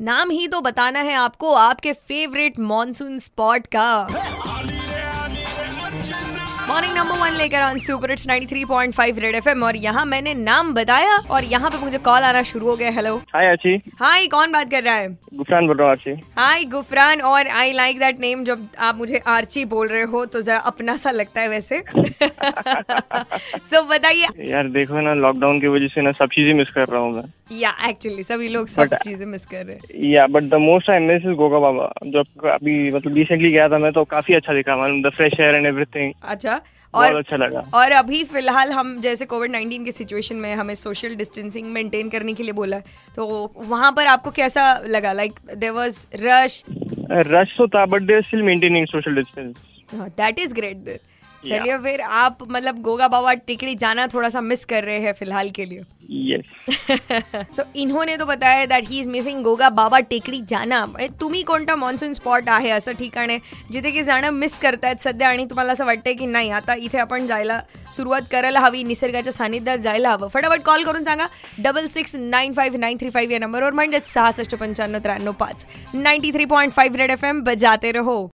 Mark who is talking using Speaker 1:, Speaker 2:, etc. Speaker 1: नाम ही तो बताना है आपको आपके फेवरेट मॉनसून स्पॉट का मॉर्निंग नंबर वन लेकर on super it's 93.5 red FM और यहाँ मैंने नाम बताया और यहाँ पे मुझे कॉल आना शुरू हो गया हेलो
Speaker 2: हाय आची
Speaker 1: हाय कौन बात कर रहा है
Speaker 2: गुफरान बोल रहा हूँ आची
Speaker 1: हाय गुफरान और आई लाइक दैट नेम जब आप मुझे आर्ची बोल रहे हो तो जरा अपना सा लगता है वैसे सो बताइए
Speaker 2: यार देखो ना लॉकडाउन की वजह से ना सब चीजें मिस कर रहा हूँ मैं
Speaker 1: या एक्चुअली सभी लोग सब
Speaker 2: But-
Speaker 1: चीजें मिस कर रहे हैं
Speaker 2: या but the most I miss is Goga Baba जो आपको अभी मतलब रिसेंटली गया था मैं तो काफी अच्छा दिखा मतलब the fresh air and everything
Speaker 1: अच्छा
Speaker 2: बहुत
Speaker 1: और
Speaker 2: अच्छा लगा
Speaker 1: और अभी फिलहाल हम जैसे कोविड नाइन्टीन के सिचुएशन में हमें सोशल डिस्टेंसिंग मेंटेन करने के लिए बोला है तो वहाँ पर आपको कैसा लगा like there was rush
Speaker 2: rush तो था but they still maintaining social distance
Speaker 1: that is great there चलिए फिर आप मतलब गोगा बाबा टिकड़ी जाना थोड़ा सा मिस कर रहे हैं फिलहाल के लिए
Speaker 2: यस
Speaker 1: सो इन्होंने तो बताया that he is missing Goga Baba Tekdi जाना म्हणजे तुम्ही कोणता मॉन्सून स्पॉट आहे असं ठिकाण आहे जिथे की जाणं मिस करतायत सध्या आणि तुम्हाला असं वाटतंय की नाही आता इथे आपण जायला सुरुवात करायला हवी निसर्गाच्या सानिध्यात जायला हवं फटाफट कॉल करून सांगा double six nine five nine three five या नंबरवर म्हणजेच सहासष्ट पंच्याण्णव त्र्याण्णव पाच ninety three point five red F M बजाते रहो